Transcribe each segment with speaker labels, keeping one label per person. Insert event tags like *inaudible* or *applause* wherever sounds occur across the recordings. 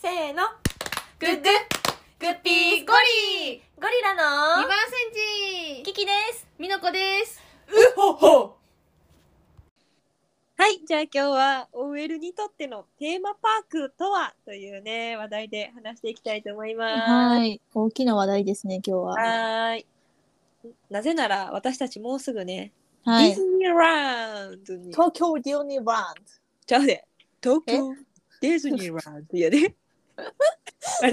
Speaker 1: せーの
Speaker 2: グッグッグッピーゴリ
Speaker 1: ゴリ
Speaker 2: ー
Speaker 1: ラ
Speaker 2: 2
Speaker 1: の
Speaker 2: 番センチ
Speaker 1: キキです
Speaker 2: みのこです
Speaker 1: うほほはいじゃあ今日は OL にとってのテーマパークとはというね話題で話していきたいと思います
Speaker 2: い大きな話題ですね今日
Speaker 1: はーいなぜなら私たちもうすぐね、
Speaker 2: は
Speaker 1: ディズニーランドに
Speaker 2: 東京ディオニーバーン
Speaker 1: ちゃうで東京ディズニーランドや *laughs* であれ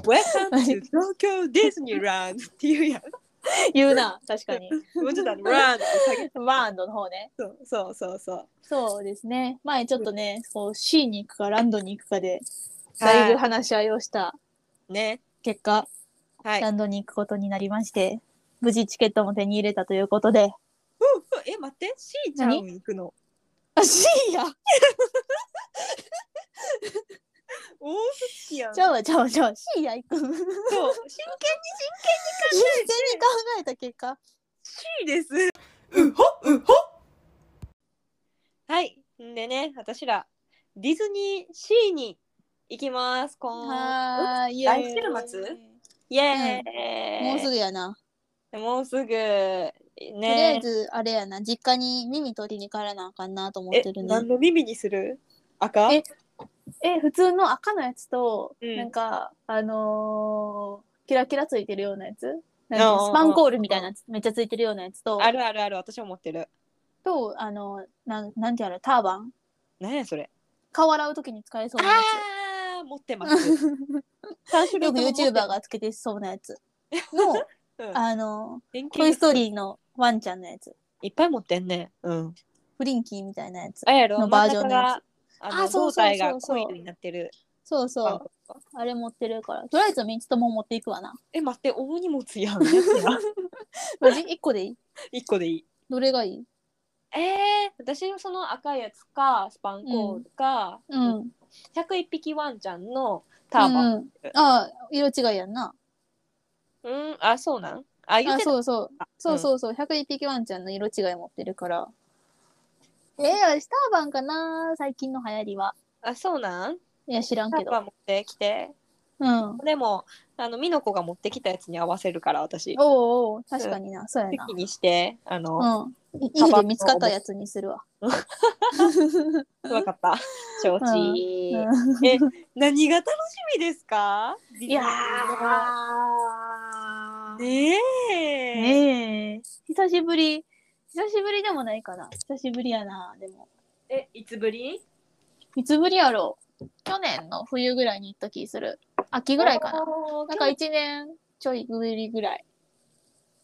Speaker 1: Welcome to 東京ディズニーランドっていうやん
Speaker 2: *laughs* 言うな確かに
Speaker 1: もうちょっとあのランドって下げて
Speaker 2: バーンドの方ね
Speaker 1: そうそうそうそう
Speaker 2: そうですね前ちょっとねこう C に行くかランドに行くかで
Speaker 1: はい
Speaker 2: だいぶ話し合いをした
Speaker 1: ね
Speaker 2: 結果、
Speaker 1: はい
Speaker 2: ランドに行くことになりまして無事チケットも手に入れたということで
Speaker 1: ふうふうえ待って C ちゃん
Speaker 2: 何
Speaker 1: 行くの
Speaker 2: あ C や
Speaker 1: 大好きやん
Speaker 2: ちゃうわちゃうわちゃうわ C や行 *laughs* く真剣に考
Speaker 1: そう真
Speaker 2: えた結果
Speaker 1: 剣に C ですうほうほはいんでね私らディズニーシーに行きますこん
Speaker 2: はーい
Speaker 1: 来週末イエーイ、
Speaker 2: もうすぐやな、
Speaker 1: ぐもうすぐ
Speaker 2: とりあえ
Speaker 1: ね
Speaker 2: ずあれやな実家に耳取りに帰らなあかんなと思っ
Speaker 1: え
Speaker 2: てるね
Speaker 1: 何の耳にする赤
Speaker 2: ええ普通の赤のやつと、
Speaker 1: うん
Speaker 2: なんかあのーキラキラついてるようなやつな
Speaker 1: う
Speaker 2: ん
Speaker 1: んうん
Speaker 2: か
Speaker 1: うん
Speaker 2: スパンコールみたいなやつめっちゃついてるようなやつと
Speaker 1: あるあるある私も持ってる
Speaker 2: とあのなんなんてやうターバン
Speaker 1: 何やそれ
Speaker 2: 顔洗う時に使えそうなや
Speaker 1: あー持ってます
Speaker 2: つ
Speaker 1: *laughs* 三種
Speaker 2: よく
Speaker 1: 類とも持って
Speaker 2: YouTuber
Speaker 1: ま
Speaker 2: がつけてそうな
Speaker 1: *laughs*
Speaker 2: やつの
Speaker 1: すうん
Speaker 2: あの
Speaker 1: 連携
Speaker 2: トイ・ストーリーのワンちゃんのやつ
Speaker 1: いっぱい持ってんねうん
Speaker 2: フリンキーみたいなやつ
Speaker 1: あやろ
Speaker 2: の
Speaker 1: バ
Speaker 2: バ
Speaker 1: ー
Speaker 2: ー
Speaker 1: ジ
Speaker 2: ジ
Speaker 1: ョ
Speaker 2: ョ
Speaker 1: ン
Speaker 2: ン
Speaker 1: の
Speaker 2: の
Speaker 1: や
Speaker 2: や
Speaker 1: つあの
Speaker 2: あそうそうそうそう
Speaker 1: 胴体がコイルになってる
Speaker 2: そう
Speaker 1: パン
Speaker 2: そう
Speaker 1: 粉
Speaker 2: あれ持ってるからとりあえず3つとも持っていくわな
Speaker 1: え待って大荷物やんやつ *laughs* や
Speaker 2: マジ1個でいい
Speaker 1: 一個でいい
Speaker 2: どれがいい
Speaker 1: えー、私その赤いやつかスパンコールか、
Speaker 2: うん
Speaker 1: 101匹ワンちゃんのターバン
Speaker 2: うんうん、ああ色違いやんな
Speaker 1: うん、あそうなんあ言っ
Speaker 2: あ
Speaker 1: てた
Speaker 2: そうそう
Speaker 1: あ
Speaker 2: そう
Speaker 1: う
Speaker 2: そうそう101匹ワンちゃんの色違い持ってるからええー、スターバンかな最近の流行りは
Speaker 1: んあそうなん
Speaker 2: いや知らん
Speaker 1: タ
Speaker 2: け
Speaker 1: ーバ
Speaker 2: ど
Speaker 1: ン持ってきて
Speaker 2: うん
Speaker 1: でもあの美の子が持ってきたやつに合わせるから私
Speaker 2: おうおう確かにな、そうやな
Speaker 1: 席にしてあの、
Speaker 2: うんい家で見つかったやつにするわ、
Speaker 1: わかった承知、
Speaker 2: うん
Speaker 1: え、何が楽しみですか。
Speaker 2: いやー
Speaker 1: ねえ。
Speaker 2: ねえ久しぶり久しぶりでもないかな久しぶりやなでも
Speaker 1: え、いつぶり。
Speaker 2: いつぶりやろう去年の冬ぐらいに行った気する秋ぐらいかな
Speaker 1: おー
Speaker 2: なんか1年ちょいぶりぐらい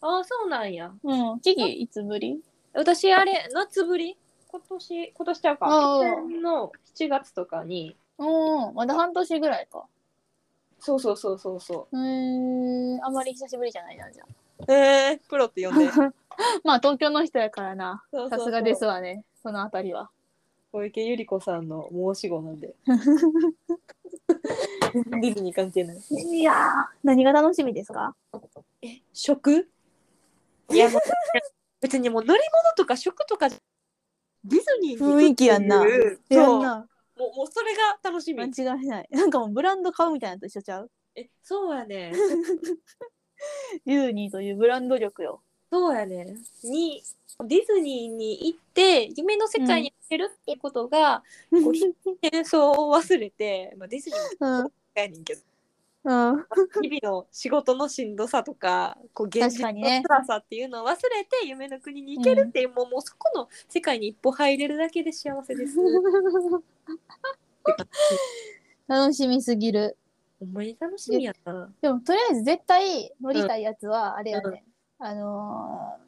Speaker 1: あ、そうなんや。
Speaker 2: うん木々いつぶり
Speaker 1: 私あれ、夏ぶり。今年、今年ちゃうか。
Speaker 2: あ
Speaker 1: 去
Speaker 2: ー
Speaker 1: 年の7月とかに。
Speaker 2: うんまだ半年ぐらいか
Speaker 1: そうそうそうそうそう
Speaker 2: ーんあまり久しぶりじゃないなじゃあ
Speaker 1: う。えー、プロって呼ん
Speaker 2: *laughs*
Speaker 1: で。
Speaker 2: まあ東京の人やからな
Speaker 1: そうそうそう
Speaker 2: さすがですわねそのあたりは
Speaker 1: 小池百合子さんの申し子なん
Speaker 2: *laughs*
Speaker 1: で。ディズニー関係ない。
Speaker 2: いやー何が楽しみですか
Speaker 1: え、食。いや、もう別にもう乗り物とか食とかじゃ。ディズニーに行くっていう。
Speaker 2: 雰囲気やんな
Speaker 1: そう。
Speaker 2: な
Speaker 1: もうもうそれが楽しみ。
Speaker 2: 違いないなんかもうブランド買うみたいなのと一緒ちゃう
Speaker 1: え、そうやね。
Speaker 2: ユーニーというブランド力よ
Speaker 1: そうやね。に、ディズニーに行って、夢の世界に行けるってことが、
Speaker 2: う
Speaker 1: こう変装を忘れて、まあ、ディズニーも
Speaker 2: ん
Speaker 1: そうやねんけど、
Speaker 2: うん *laughs*
Speaker 1: 日々の仕事のしんどさとか、こう現
Speaker 2: 確
Speaker 1: 実
Speaker 2: か
Speaker 1: の
Speaker 2: にね
Speaker 1: 辛さっていうのを忘れて、夢の国に行けるっていう、もうもうそこの世界に一歩入れるだけで幸せ
Speaker 2: *laughs*
Speaker 1: です。
Speaker 2: 楽しみすぎる
Speaker 1: ほんまに楽しみやな。
Speaker 2: でもとりあえず絶対乗りたいやつはあれや
Speaker 1: うん
Speaker 2: ね、あのー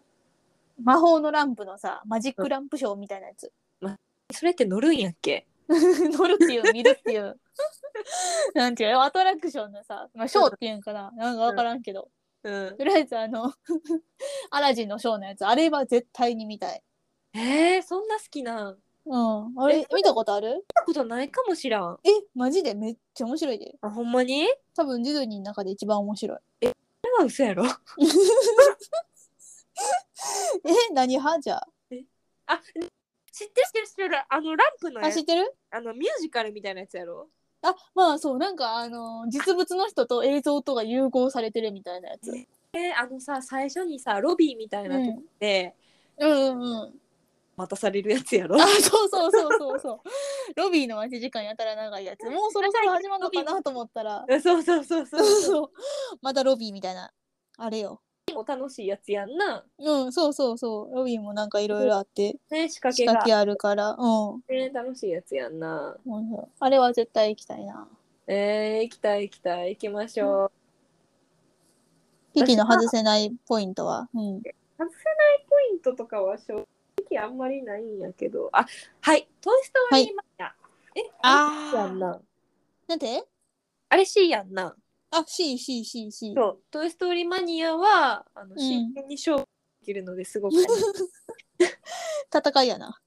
Speaker 2: 魔法のランプのさマジックランプショーみたいなやつ、
Speaker 1: それって乗るんやっけ
Speaker 2: 乗るっていう見るっていう *laughs* なんていうのアトラクションのさ、まあ、ショーっていうんかななんか分からんけど、
Speaker 1: うん。
Speaker 2: とりあえずあの *laughs* アラジンのショーのやつあれは絶対に見たい
Speaker 1: えー、そんな好きなん見
Speaker 2: うんあれ
Speaker 1: え
Speaker 2: 見たことある
Speaker 1: たことないかもしらん。
Speaker 2: えマジでめっちゃ面白いで
Speaker 1: あ、ほんまに
Speaker 2: 多分ディズニーの中で一番面白い
Speaker 1: それは嘘やろ。
Speaker 2: え何派じゃあ
Speaker 1: あ、知ってる知ってる知ってる。あのランプの
Speaker 2: あ
Speaker 1: や
Speaker 2: 知
Speaker 1: つ
Speaker 2: ってる
Speaker 1: あのミュージカルみたいなやつやろ。
Speaker 2: あまあそうなんかあの実物の人と映像とが融合されてるみたいなやつ。うん
Speaker 1: えあのさ最初にさロビーみたいなとこで
Speaker 2: うんうん。
Speaker 1: 待たされるやつやろ、
Speaker 2: *laughs* あそうそうそうそうそう。ロビーの待ち時間やたら長いやつ。もうそろそろ始まるのかなと思ったら。
Speaker 1: そうそうそうそう
Speaker 2: そうまたロビーみたいな。あれよ。
Speaker 1: も楽しいやつやんな
Speaker 2: うんそうそうそう。ロビーもなんかいろいろあって
Speaker 1: ね仕掛
Speaker 2: 仕
Speaker 1: けが
Speaker 2: 掛けあるから。うん。
Speaker 1: ね楽しいやつやんな
Speaker 2: 面白いあれは絶対行きたいな。
Speaker 1: えー、行きたい行きたい行きましょう、
Speaker 2: キキの外せないポイントは。うん。
Speaker 1: 外せないポイントとかは正直あんまりないんやけどあはい「トイ・ストーリーマニア」え
Speaker 2: あー
Speaker 1: やんな
Speaker 2: なんて
Speaker 1: あれ C やんな
Speaker 2: あ、C、C、C、C。
Speaker 1: そう「トイ・ストーリーマニアは」あの
Speaker 2: ん
Speaker 1: 真剣に勝負できるのですごく、
Speaker 2: *laughs* 戦いやな。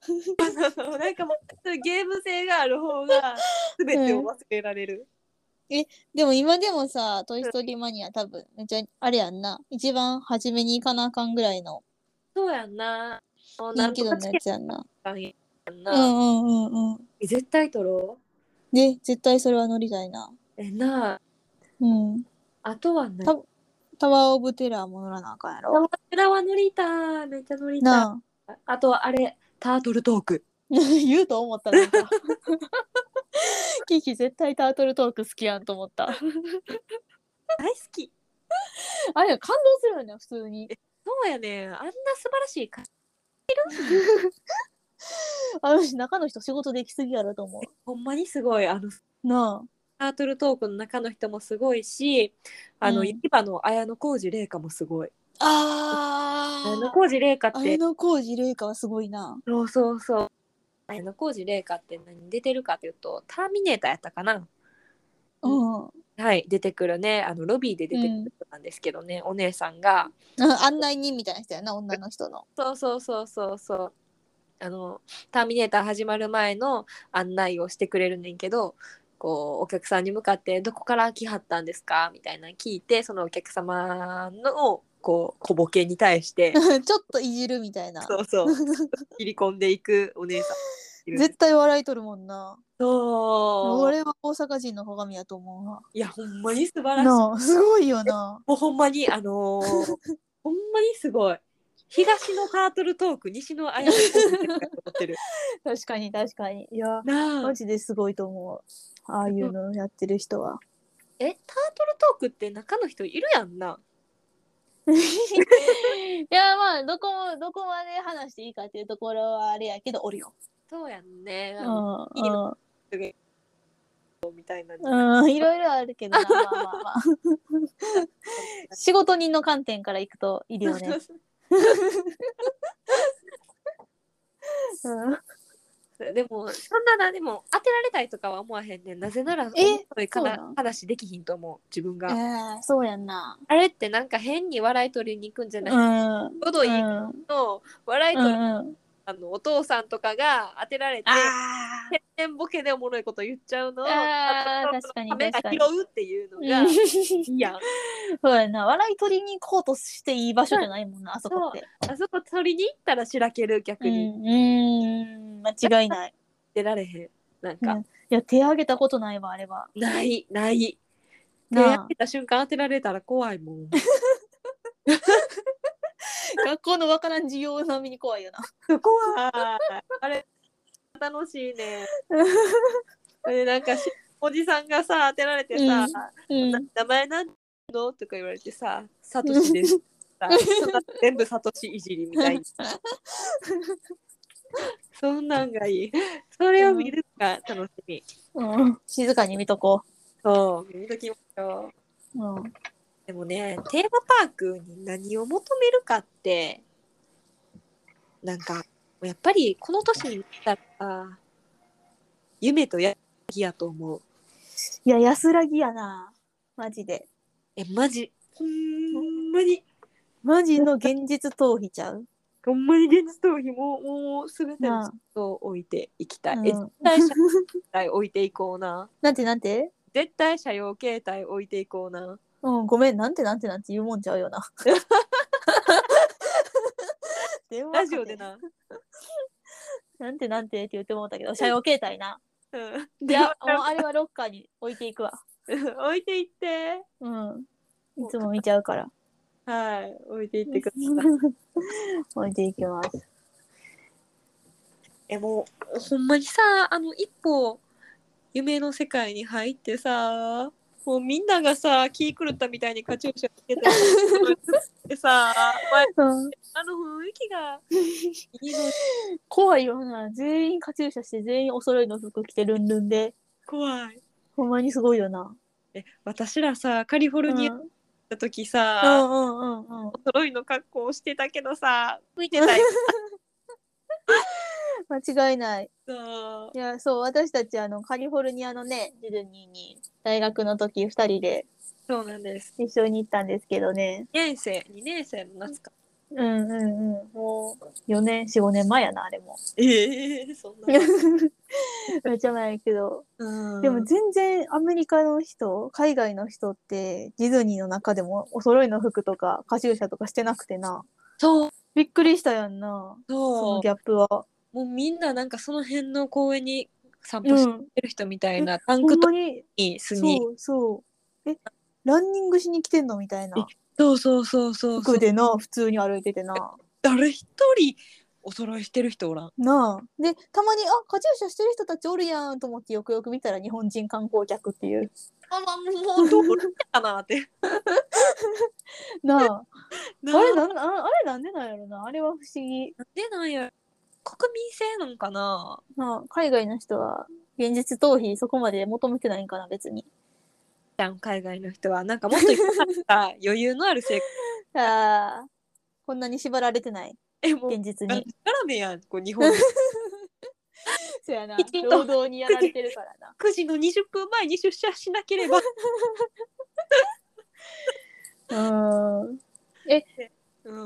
Speaker 1: なんかもうそういうゲーム性がある方が全てを忘れられる、
Speaker 2: でも今でもさ、トイ・ストーリーマニア多分、めっちゃあれやんな。一番初めに行かなあかんぐらいの
Speaker 1: そうやんなもうな
Speaker 2: 人
Speaker 1: んと
Speaker 2: 気
Speaker 1: か
Speaker 2: 度の
Speaker 1: チ
Speaker 2: や
Speaker 1: ケッ
Speaker 2: つやんな。
Speaker 1: トやん
Speaker 2: う
Speaker 1: な、
Speaker 2: んうんうんうん。
Speaker 1: 絶対取ろう
Speaker 2: で、絶対それは乗りたいな。
Speaker 1: えな
Speaker 2: うん。
Speaker 1: あとはね
Speaker 2: たタワー・オブ・テラーも乗らなあかんやろ。
Speaker 1: 桜は乗りたいめっちゃ乗りたい
Speaker 2: なあ。
Speaker 1: あとあれタートルトーク
Speaker 2: *laughs* 言うと思った *laughs* なんかキキ絶対タートルトーク好きやんと思った。
Speaker 1: 大好き
Speaker 2: あれ感動するよね、普通に。
Speaker 1: そうやねんあんな素晴らしいか
Speaker 2: あの中の人仕事できすぎやろと思
Speaker 1: ほんまにすごいあの
Speaker 2: う。な
Speaker 1: タートルトークの中の人もすごいしあの、
Speaker 2: うん
Speaker 1: 雪葉の綾小路玲香もすごい
Speaker 2: あ。あ
Speaker 1: 綾小路玲香っ
Speaker 2: 綾
Speaker 1: て
Speaker 2: 小路玲香はすごいな。
Speaker 1: そうそうそう綾小路玲香って何出てるかっていうとターミネーターやったかな
Speaker 2: うん。
Speaker 1: はい出てくるねあのロビーで出てく
Speaker 2: うん
Speaker 1: る人なんですけどね、お姉さんが
Speaker 2: あ案内人みたいな人やな、女の人の。 *laughs*
Speaker 1: そうそうそうそうそうあの「ターミネーター」始まる前の案内をしてくれるねんけどこうお客さんに向かって「どこから来はったんですか?」みたいなの聞いてそのお客様のこう小ボケに対して
Speaker 2: *laughs* ちょっといじるみたいな。
Speaker 1: そうそう切り込んでいくお姉さんいるんです
Speaker 2: 絶対笑いとるもんな。
Speaker 1: そう
Speaker 2: 俺は大阪人の鏡やと思うわ。
Speaker 1: いやほんまに素晴らしい
Speaker 2: なあ、すごいよな。
Speaker 1: もうほんまにあのー *laughs* ほんまにすごい東のタートルトーク西のアイアン思って *laughs* る
Speaker 2: *laughs* 確かに確かに。いや、
Speaker 1: なあ
Speaker 2: マジですごいと思う。ああいうのやってる人は。
Speaker 1: えタートルトークって中の人いるやんない
Speaker 2: や、まあ、どこも、どこまで話していいかっていうところはあれやけど、おるよ。
Speaker 1: そうやんね
Speaker 2: う
Speaker 1: あの
Speaker 2: ん。
Speaker 1: いい
Speaker 2: うん
Speaker 1: みたいな、
Speaker 2: うん、いろいろあるけどな、まあま *laughs* あまあ。仕事人の観点からいくといる
Speaker 1: *laughs*
Speaker 2: よね。うん、
Speaker 1: でもそんななでも当てられたいとかは思わへんねんなぜなら
Speaker 2: え
Speaker 1: 面白いか
Speaker 2: そうな
Speaker 1: なん話できひんと思う自分が、
Speaker 2: *laughs* えーそうやんな。
Speaker 1: あれってなんか変に笑い取りに行くんじゃ
Speaker 2: う
Speaker 1: ない、
Speaker 2: ん。
Speaker 1: ちょうどいい
Speaker 2: うん
Speaker 1: の笑い取
Speaker 2: う
Speaker 1: る、
Speaker 2: んうん
Speaker 1: あのお父さんとかが当てられて
Speaker 2: あ
Speaker 1: 天然ボケでおもろいこと言っちゃうのを
Speaker 2: あー
Speaker 1: あと
Speaker 2: 確かに
Speaker 1: カメが
Speaker 2: 確かに
Speaker 1: 拾うっていうの
Speaker 2: ー
Speaker 1: が、
Speaker 2: うん
Speaker 1: い
Speaker 2: そ
Speaker 1: いやん
Speaker 2: うやんな笑い取りに行こうとしていい場所じゃないもんな、あそこって。
Speaker 1: あそこ取りに行ったらしらける
Speaker 2: う
Speaker 1: 逆
Speaker 2: ん
Speaker 1: に、
Speaker 2: うん、間違いない。
Speaker 1: 出られへんなん
Speaker 2: う
Speaker 1: か、
Speaker 2: *laughs* ん、いや、手挙げたことないわ、あれは。
Speaker 1: ないない手
Speaker 2: な
Speaker 1: 当
Speaker 2: あ
Speaker 1: てた瞬間当てられたら怖いもん
Speaker 2: 学校のわからん授業並みに *laughs* 怖いよな。
Speaker 1: 怖いあれ楽しい
Speaker 2: *laughs*
Speaker 1: ねでなんかしおじさんがさ当てられてさ「
Speaker 2: うん
Speaker 1: な、名前なんていうの?」とか言われてさ「サトシです」さ全部サトシいじりみたいなそんなんがいいそれを見るのが楽しみ
Speaker 2: うん、静かに見とこ
Speaker 1: そう見ときましょう
Speaker 2: う。うん
Speaker 1: でもねテーマパークに何を求めるかってなんかやっぱりこの年になったら夢とやる気やと思う
Speaker 2: いや、安らぎやな。マジで。
Speaker 1: えマジほんまに
Speaker 2: マジの現実逃避ちゃう。
Speaker 1: ほんまに現実逃避もうもう全ての
Speaker 2: な
Speaker 1: 人を置いていきたい、
Speaker 2: あ
Speaker 1: え
Speaker 2: う
Speaker 1: 絶
Speaker 2: ん
Speaker 1: 対社用携帯置いていこうな
Speaker 2: なんてなんて
Speaker 1: 絶対社用携帯置いていこうな
Speaker 2: うん、ごめん、なんてなんてなんて言うもんちゃうよ *laughs* な。電話かけ
Speaker 1: ラジオで。な
Speaker 2: なんてなんてって言ってもうたけど、社用携帯な。
Speaker 1: うん、
Speaker 2: い
Speaker 1: で
Speaker 2: や、もうあれはロッカーに置いていくわ。
Speaker 1: *laughs* 置いていって
Speaker 2: うん。いつも見ちゃうから。
Speaker 1: はい置いていってください
Speaker 2: 置いていきます。
Speaker 1: えもうほんまにさあの一歩夢の世界に入ってさもうみんながさ気狂ったみたいにカチューシャつけてで
Speaker 2: *laughs*
Speaker 1: さ前
Speaker 2: うん、
Speaker 1: あの雰囲気が
Speaker 2: *laughs*
Speaker 1: いいの
Speaker 2: 怖いよな。全員カチューシャして全員お揃いの服着てルンルンで。
Speaker 1: 怖い
Speaker 2: ほんまにすごいよな。
Speaker 1: え私らさカリフォ
Speaker 2: う
Speaker 1: ル
Speaker 2: ん、う
Speaker 1: ニ
Speaker 2: ん
Speaker 1: ア行った時さ、
Speaker 2: うんうんうん。
Speaker 1: お揃いの格好をしてたけどさ向いてない
Speaker 2: 間違いない。
Speaker 1: そう
Speaker 2: いや、そう、私たちあのカリフォルニアのね、ディズニーに大学の時二人で
Speaker 1: そうなんです
Speaker 2: 一緒に行ったんですけどね。
Speaker 1: 2年生2年生も夏か
Speaker 2: うんうんうん。もう4年、4、5年前やな、あれ *laughs* も。
Speaker 1: ええそん
Speaker 2: めっちゃ前やけど。
Speaker 1: *laughs* うん
Speaker 2: でも全然アメリカの人、海外の人ってディズニーの中でもお揃いの服とかカシューシャとかしてなくてな。
Speaker 1: そう
Speaker 2: びっくりしたやんな。そ
Speaker 1: そ
Speaker 2: の
Speaker 1: う
Speaker 2: ギャップは。
Speaker 1: もうみんななんかその辺の公園に散
Speaker 2: う
Speaker 1: 歩し
Speaker 2: ん。
Speaker 1: てる人みたいな、タン
Speaker 2: ほ
Speaker 1: ク
Speaker 2: ん
Speaker 1: トッ
Speaker 2: ま
Speaker 1: プ
Speaker 2: に、
Speaker 1: にスニーカー
Speaker 2: そうそう。え、ランニングしに来てんのみたいな。
Speaker 1: そうそうそうそうそう
Speaker 2: 服でな、普通に歩いててな。
Speaker 1: 誰一人お揃いしてる人お
Speaker 2: *laughs*
Speaker 1: らん
Speaker 2: なあ。で、たまに、あ、カチューシャしてる人たちおるやんと思ってよくよく見たら日本人観光客っていう。
Speaker 1: あまあもうどうかなって
Speaker 2: な *laughs* あ。
Speaker 1: な
Speaker 2: あれ
Speaker 1: な
Speaker 2: なんああれなんでなんやろなあれは不思議。
Speaker 1: んでなんや国民性なんかな
Speaker 2: まあ、海外の人は現実逃避そこまで求めてないんかな別に。
Speaker 1: じゃん海外の人はなんかもっといっぱい余裕のある *laughs* 生活
Speaker 2: ああこんなに縛られてない
Speaker 1: えもう
Speaker 2: 現実
Speaker 1: ガラ
Speaker 2: に。
Speaker 1: メやんこう日本
Speaker 2: *laughs* *laughs* そうやな
Speaker 1: きちんと
Speaker 2: 労働にやられてるからな。
Speaker 1: 9時の20分前に出社しなければ
Speaker 2: *laughs* うん。
Speaker 1: うん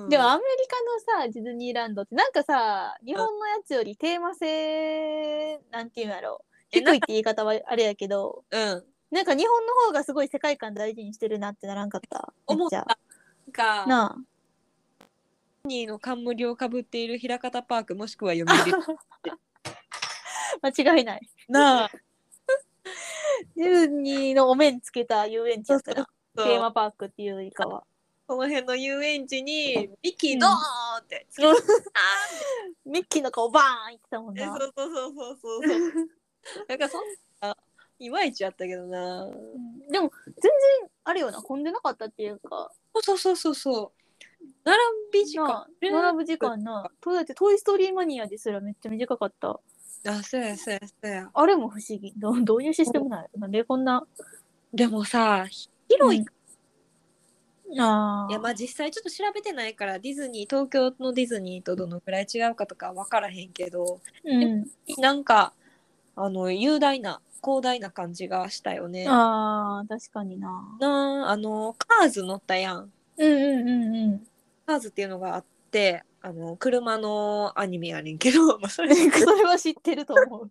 Speaker 2: でもアメリカのさディズニーランドってなんかさ日本のやつよりテーマ性なんていうんや *laughs* ろ低
Speaker 1: えない
Speaker 2: って言い方はあれやけど
Speaker 1: うん
Speaker 2: なんか日本の方がすごい世界観大事にしてるなってならんかった。
Speaker 1: 思っ
Speaker 2: め
Speaker 1: た
Speaker 2: っちゃ
Speaker 1: か
Speaker 2: なあ。
Speaker 1: ディズニーの冠をかぶっている平方パークもしくは読売
Speaker 2: 間違いない。
Speaker 1: *laughs* なあ
Speaker 2: ディズニーのお面つけた遊園地やったらテ
Speaker 1: *laughs* そう
Speaker 2: ーマパークっていうよりかは。
Speaker 1: この辺の遊園地にミッキ
Speaker 2: う
Speaker 1: ー
Speaker 2: ん
Speaker 1: ドーンって、
Speaker 2: うんミッキーの顔バーンいってたもん
Speaker 1: えそ
Speaker 2: な。
Speaker 1: うそうそうそうそうそう *laughs* なんかそんないまいちやったけどな
Speaker 2: うんでも全然あれよな混んでなかったっていうか
Speaker 1: そうそうそうそう並び時間
Speaker 2: な並ぶ時間なとだって「トイ・ストーリー・マニア」ですらめっちゃ短かった
Speaker 1: あそうやそうやそうや
Speaker 2: あれも不思議どどういうシステムなんやろなんでこんな
Speaker 1: でもさ広い、
Speaker 2: うんあ
Speaker 1: いやまあ実際ちょっと調べてないからディズニー東京のディズニーとどのくらい違うかとか分からへんけど
Speaker 2: ーうん
Speaker 1: なんかあの雄大な広大な感じがしたよね。
Speaker 2: あー確かにな
Speaker 1: なああのカーズ乗ったやん。
Speaker 2: うんうんうんうん
Speaker 1: カーズっていうのがあってあの車のアニメやねんけど、 *laughs* まあ、それ
Speaker 2: *laughs* それは知ってると思う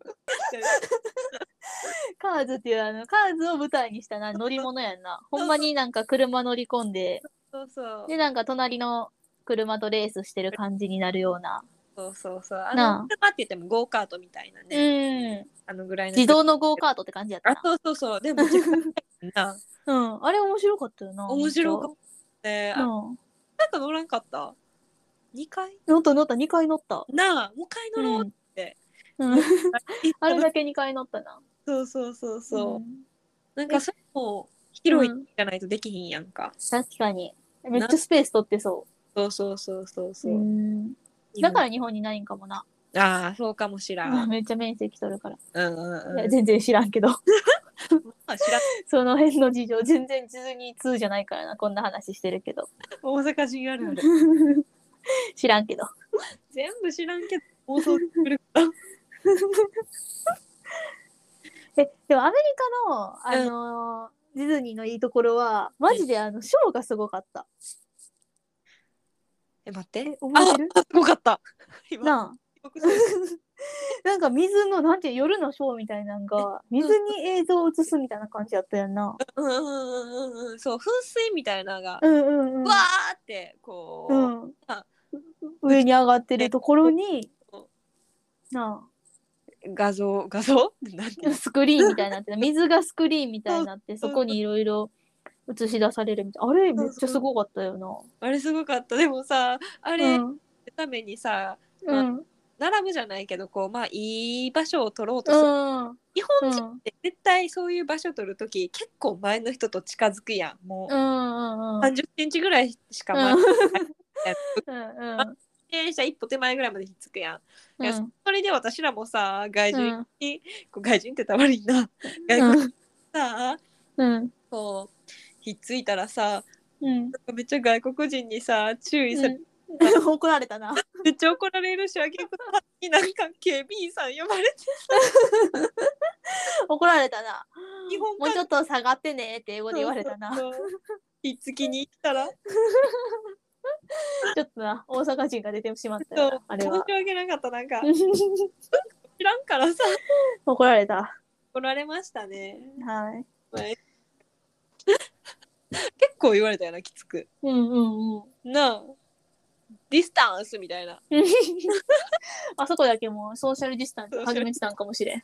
Speaker 2: カーズっていうあのカーズを舞台にしたな乗り物やんなほんまになんか車乗り込んで
Speaker 1: そう
Speaker 2: *laughs*
Speaker 1: そう
Speaker 2: でなんか隣の車とレースしてる感じになるような
Speaker 1: そうそうそうあ
Speaker 2: なあ
Speaker 1: の車って言ってもゴーカートみたいなね、
Speaker 2: うん
Speaker 1: あのぐらいの
Speaker 2: 自動のゴーカートって感じやった
Speaker 1: あ
Speaker 2: な。
Speaker 1: そうそうそうでもめちゃくちゃ速いな
Speaker 2: *laughs* うん、あれ面白かったよな。
Speaker 1: 面白かったね、
Speaker 2: た
Speaker 1: あ
Speaker 2: うん。
Speaker 1: なんか乗らんかった2回
Speaker 2: 乗った乗った、2回乗った。
Speaker 1: なあもう一回乗ろうって、
Speaker 2: うんうんあれ
Speaker 1: だ
Speaker 2: だけ2回乗ったな。
Speaker 1: そうそうそうそう、
Speaker 2: ん
Speaker 1: なんかそれも広いじゃないとできひんやんか、
Speaker 2: 確かに。めっちゃスペース取ってそ
Speaker 1: そうそうそうそう
Speaker 2: う。
Speaker 1: そう、
Speaker 2: んだから日本にないんかもな。
Speaker 1: ああそうかもしらん、
Speaker 2: *laughs* めっちゃ面積取るから。
Speaker 1: うんうん
Speaker 2: いや
Speaker 1: うん
Speaker 2: 全然知らんけど。 *laughs*
Speaker 1: まあ知らん
Speaker 2: その辺の事情、全然ディズニー2じゃないからな、こんな話してるけ *laughs* ど。
Speaker 1: 大阪人あるある
Speaker 2: 知らんけど。
Speaker 1: 全部知らんけど妄想して
Speaker 2: *laughs*
Speaker 1: くるから
Speaker 2: え、でもアメリカの、あのーディズニーのいいところは、マジであの、ショーがすごかった。
Speaker 1: え待って
Speaker 2: 覚えてる
Speaker 1: あすごかった今
Speaker 2: なあ。 *laughs* なんか水のなんていう夜のショーみたいなのが水に映像を映すみたいな感じやったやんな。
Speaker 1: うんうんうんうんうんそう噴水みたいなのが、
Speaker 2: うんうんうん。
Speaker 1: わーってこう、
Speaker 2: うん
Speaker 1: あ、
Speaker 2: 上に上がってるところに
Speaker 1: うん
Speaker 2: なあ
Speaker 1: 画像画像なんていうの
Speaker 2: スクリーンみたいになっ
Speaker 1: *laughs*
Speaker 2: てて水がスクリーンみたいになってそこにいろいろ映し出されるみたいあれめっちゃすごかったよな。
Speaker 1: あれすごかったでもさあれ
Speaker 2: うん
Speaker 1: ためにさ、
Speaker 2: う
Speaker 1: まあ
Speaker 2: ん
Speaker 1: ナラムじゃないけどこうまあいい場所を取ろうとする、
Speaker 2: うん
Speaker 1: 日本人って絶対そういう場所取る時結構前の人と近づくやんも
Speaker 2: う
Speaker 1: う、
Speaker 2: んうんうん
Speaker 1: 30センチぐらいしか前
Speaker 2: う
Speaker 1: に
Speaker 2: ん
Speaker 1: ん自転車一歩手前ぐらいまでひっつくやん、いや
Speaker 2: うん
Speaker 1: それで私らもさ外人、
Speaker 2: うん
Speaker 1: こう外人ってたら悪いな外国人さ、
Speaker 2: うん
Speaker 1: こうひっついたらさ
Speaker 2: うん
Speaker 1: めっちゃ外国人にさ注意されて、
Speaker 2: うん怒られたな。
Speaker 1: めっちゃ怒られるしあげくになんか警備員さん呼ばれて
Speaker 2: 怒られたな。
Speaker 1: 日本
Speaker 2: もうちょっと下がってねって英語で言われたな。
Speaker 1: そうそうそうひっつきに行ったら
Speaker 2: ちょっとな、大阪人が出てしまった
Speaker 1: そ
Speaker 2: よ
Speaker 1: う *laughs*
Speaker 2: な、あ
Speaker 1: 申
Speaker 2: れ
Speaker 1: し
Speaker 2: は。
Speaker 1: 訳なかったなんか知らんからさ
Speaker 2: 怒られた。
Speaker 1: 怒られましたね
Speaker 2: はい。
Speaker 1: 前結構言われたよなきつく
Speaker 2: うんうんうん。
Speaker 1: なあディスタンスみたいな
Speaker 2: あそこだけもうソーシャルディスタンス始めてたんかもしれん。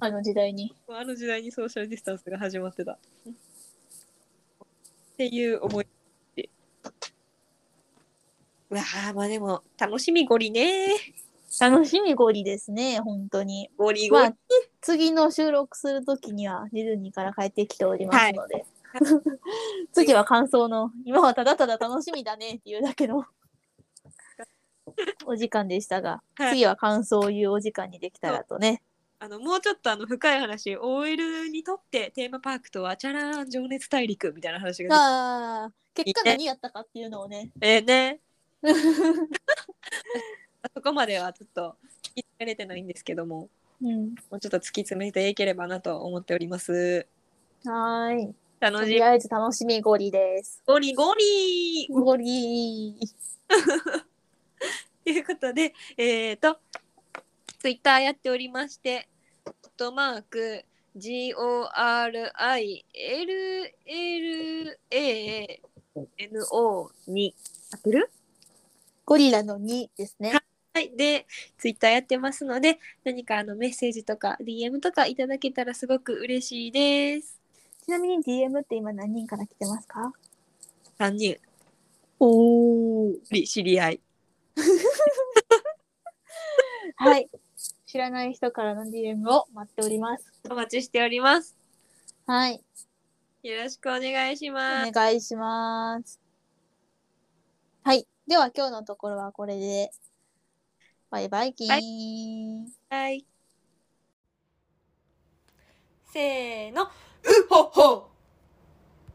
Speaker 2: あの時代に。
Speaker 1: もうあの時代にソーシャルディスタンスが始まってたっていう思いでうわあまあでも楽しみゴリね
Speaker 2: 楽しみゴリですね、本当に。
Speaker 1: ゴリゴ
Speaker 2: ま
Speaker 1: リ
Speaker 2: あ、次の収録するときにはディズニーから帰ってきておりますので。 *laughs* 次は感想の、今はただただ楽しみだねっていうだけ *laughs* のお時間でしたが、
Speaker 1: はい
Speaker 2: 次は感想を言うお時間にできたらとね。
Speaker 1: あのもうちょっとあの深い話 OL にとってテーマパークとはチャラーン情熱大陸みたいな話が
Speaker 2: ああ、結果何やったかっていうのをね。
Speaker 1: 出てええ *laughs* ねあそこまではちょっと聞き詰めれてないんですけども
Speaker 2: うん。
Speaker 1: もうちょっと突き詰めていければなと思っております
Speaker 2: はーい。と
Speaker 1: 楽し
Speaker 2: り
Speaker 1: み
Speaker 2: あえず楽しみゴリです。
Speaker 1: ゴリゴリ
Speaker 2: ゴリー。
Speaker 1: ということで、えっ、と、ツイッターやっておりまして、アットマーク、GORILLANO に、合ってる
Speaker 2: ゴリラの2ですね。
Speaker 1: はい。で、ツイッターやってますので、何かあのメッセージとか DM とかいただけたらすごく嬉しいです。
Speaker 2: ちなみに DM って今何人から来てますか
Speaker 1: 3人、
Speaker 2: おお。
Speaker 1: 知り合い。
Speaker 2: はい。知らない人からの DM を待っております。
Speaker 1: お待ちしております。
Speaker 2: はい。
Speaker 1: よろしくお願いします。
Speaker 2: お願いします。はい。では今日のところはこれで。バイバイキーン。
Speaker 1: ははい。
Speaker 3: せーの、うっほっほ